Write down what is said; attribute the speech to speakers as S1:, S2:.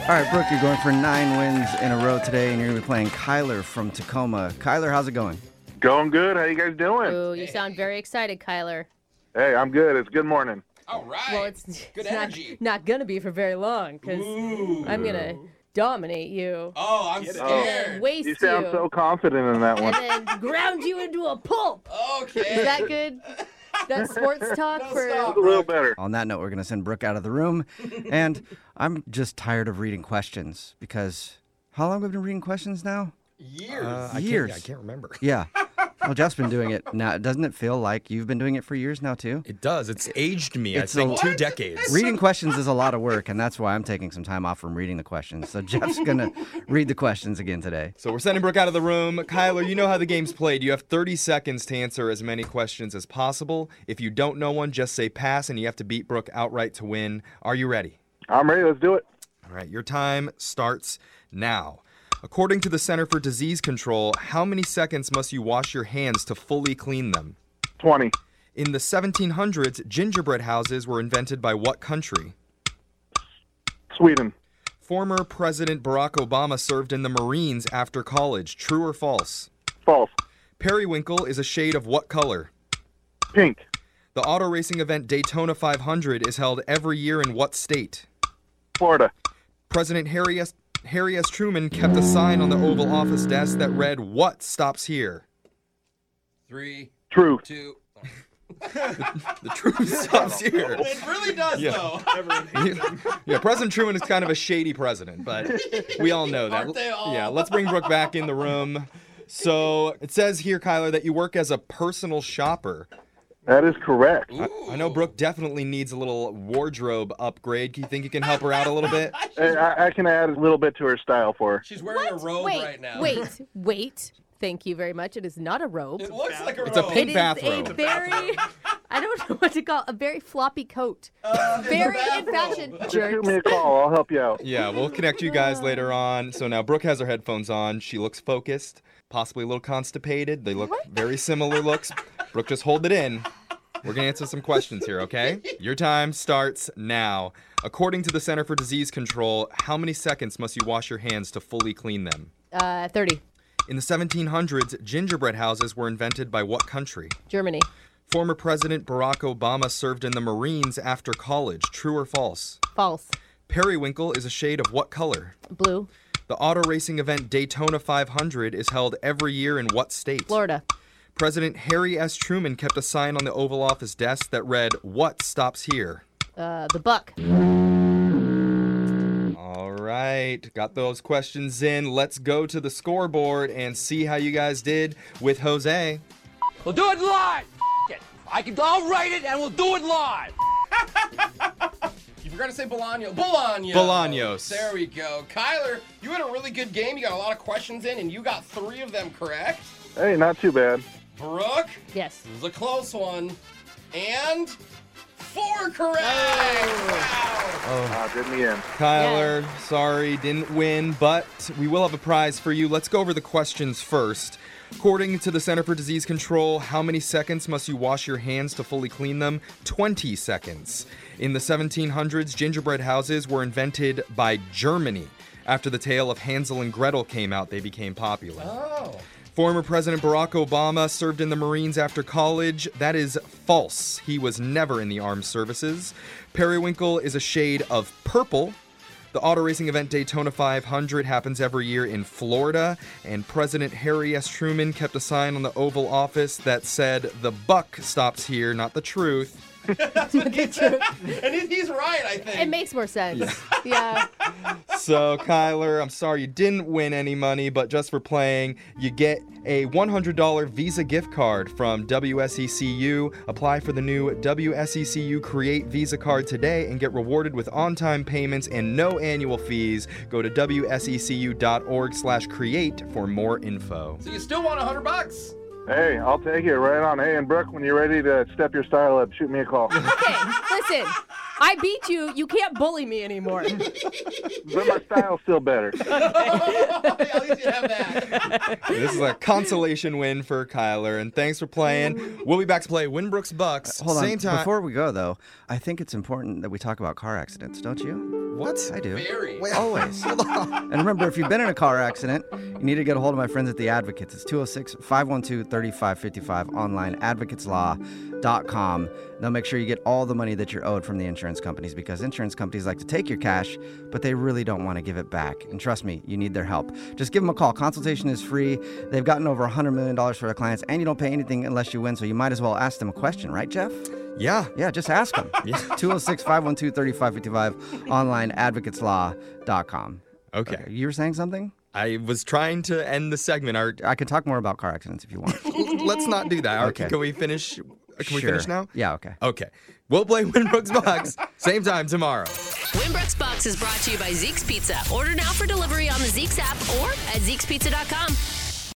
S1: All right, Brooke, you're going for nine wins in a row today, and you're going to be playing Kyler from Tacoma. Kyler, how's it going?
S2: Going good. How you guys doing?
S3: Ooh, you sound very excited, Kyler.
S2: Hey, I'm good. It's good morning.
S4: All right.
S3: Well, it's,
S4: good
S3: it's not,
S4: energy.
S3: not gonna be for very long because
S4: Ooh.
S3: I'm gonna dominate you,
S4: Oh, I'm
S3: and
S4: scared.
S3: waste
S2: You sound so confident in that one.
S3: and then ground you into a pulp.
S4: Okay.
S3: Is that good? That sports talk
S4: Oh. No,
S3: for
S4: stop.
S2: A little better.
S1: On that note, we're going to send Brooke out of the room. and I'm just tired of reading questions because how long have we been reading questions now?
S4: Years.
S5: Uh, I
S1: Years.
S5: Can't, I can't remember.
S1: Yeah. Well, Jeff's been doing it now. Doesn't it feel like you've been doing it for years now, too?
S5: It does. It's aged me.
S1: It's a-
S5: I think two
S4: What?
S5: decades.
S1: Reading questions is a lot of work, and that's why I'm taking some time off from reading the questions. So Jeff's going to read the questions again today.
S5: So we're sending Brooke out of the room. Kyler, you know how the game's played. You have 30 seconds to answer as many questions as possible. If you don't know one, just say pass, and you have to beat Brooke outright to win. Are you ready?
S2: I'm ready. Let's do it.
S5: All right, your time starts now. According to the Center for Disease Control, how many seconds must you wash your hands to fully clean them?
S2: 20.
S5: In the 1700s, gingerbread houses were invented by what country?
S2: Sweden.
S5: Former President Barack Obama served in the Marines after college. True or false?
S2: False.
S5: Periwinkle is a shade of what color?
S2: Pink.
S5: The auto racing event Daytona 500 is held every year in what state?
S2: Florida.
S5: President Harry S. Harry S. Truman kept a sign on the Oval Office desk that read, What stops here?
S4: Three,
S2: True.
S4: two.
S5: The truth stops here.
S4: It really does, though.
S5: Yeah, President Truman is kind of a shady president, but we all know that.
S4: Aren't they all?
S5: Yeah, let's bring Brooke back in the room. So it says here, Kyler, that you work as a personal shopper.
S2: That is correct.
S5: I know Brooke definitely needs a little wardrobe upgrade. Do you think you can help her out a little bit?
S2: Hey, I, I can add a little bit to her style for her.
S4: She's wearing a robe
S3: Wait,
S4: right now.
S3: wait, wait. Thank you very much. It is not a robe.
S4: It looks like a robe.
S5: It's a
S3: It
S5: pink
S3: is
S5: bathrobe.
S3: a very, I don't know what to call a very floppy coat.
S4: Uh,
S3: very in fashion.
S2: Just shoot
S3: Jerks.
S2: me a call. I'll help you out.
S5: Yeah, we'll connect you guys later on. So now Brooke has her headphones on. She looks focused, possibly a little constipated. They look very similar looks. Brooke, just hold it in. We're going to answer some questions here, okay? Your time starts now. According to the Center for Disease Control, how many seconds must you wash your hands to fully clean them?
S3: Uh, 30.
S5: In the 1700s, gingerbread houses were invented by what country?
S3: Germany.
S5: Former President Barack Obama served in the Marines after college. True or false?
S3: False.
S5: Periwinkle is a shade of what color?
S3: Blue.
S5: The auto racing event Daytona 500 is held every year in what state?
S3: Florida.
S5: President Harry S. Truman kept a sign on the Oval Office desk that read, What stops here?
S3: Uh, the buck.
S5: All right, got those questions in. Let's go to the scoreboard and see how you guys did with Jose.
S6: We'll do it live. F- it. I can. I'll write it and we'll do it live.
S4: You forgot to say Bolaño. Bolaño.
S5: Bolaños.
S4: There we go. Kyler, you had a really good game. You got a lot of questions in, and you got three of them correct.
S2: Hey, not too bad.
S4: Brooke,
S3: Yes.
S4: this is a close one. And four correct. Wow.
S2: Ah, did me in.
S5: Kyler, sorry, didn't win, but we will have a prize for you. Let's go over the questions first. According to the Center for Disease Control, how many seconds must you wash your hands to fully clean them? 20 seconds. In the 1700s, gingerbread houses were invented by Germany. After the tale of Hansel and Gretel came out, they became popular.
S4: Oh.
S5: Former President Barack Obama served in the Marines after college. That is false. He was never in the armed services. Periwinkle is a shade of purple. The auto racing event Daytona 500 happens every year in Florida, and President Harry S. Truman kept a sign on the Oval Office that said, The buck stops here, not the truth.
S4: And he- he's right, I think.
S3: It makes more sense. Yeah.
S5: So, Kyler, I'm sorry you didn't win any money, but just for playing, you get a $100 Visa gift card from WSECU. Apply for the new WSECU Create Visa card today and get rewarded with on-time payments and no annual fees. Go to E wsecu.org/create for more info.
S4: so you still want a 100 bucks.
S2: Hey, I'll take it right on. Hey, and Brooke, when you're ready to step your style up, shoot me a call.
S3: Okay. Listen, I beat you. You can't bully me anymore.
S2: but my style's still better.
S4: At least you have that.
S5: This is a consolation win for Kyler, and thanks for playing. We'll be back to play Winbrooks Bucks
S1: Uh, Hold
S5: same
S1: on.
S5: time.
S1: Before we go, though, I think it's important that we talk about car accidents, don't you?
S5: What?
S1: I do.
S4: Very.
S1: Always. And remember, if you've been in a car accident, you need to get a hold of my friends at The Advocates. It's 206 512 3555 online, advocateslaw.com. They'll make sure you get all the money that you're owed from the insurance companies because insurance companies like to take your cash, but they really don't want to give it back. And trust me, you need their help. Just give them a call. Consultation is free. They've gotten over $100 million for their clients, and you don't pay anything unless you win. So you might as well ask them a question, right, Jeff?
S5: Yeah.
S1: Yeah, oh just ask them. 206 512 3555 online advocateslaw.com.
S5: Okay.
S1: You were saying something?
S5: I was trying to end the segment. Our,
S1: I can talk more about car accidents if you want. Can
S5: let's not do that. Our-
S1: Okay.
S5: Can we finish? Can we finish now?
S1: Yeah, okay.
S5: Okay. We'll play Winbrook's Box same time tomorrow.
S7: Winbrook's Box is brought to you by Zeke's Pizza. Order now for delivery on the Zeke's app or at Zeke'sPizza.com.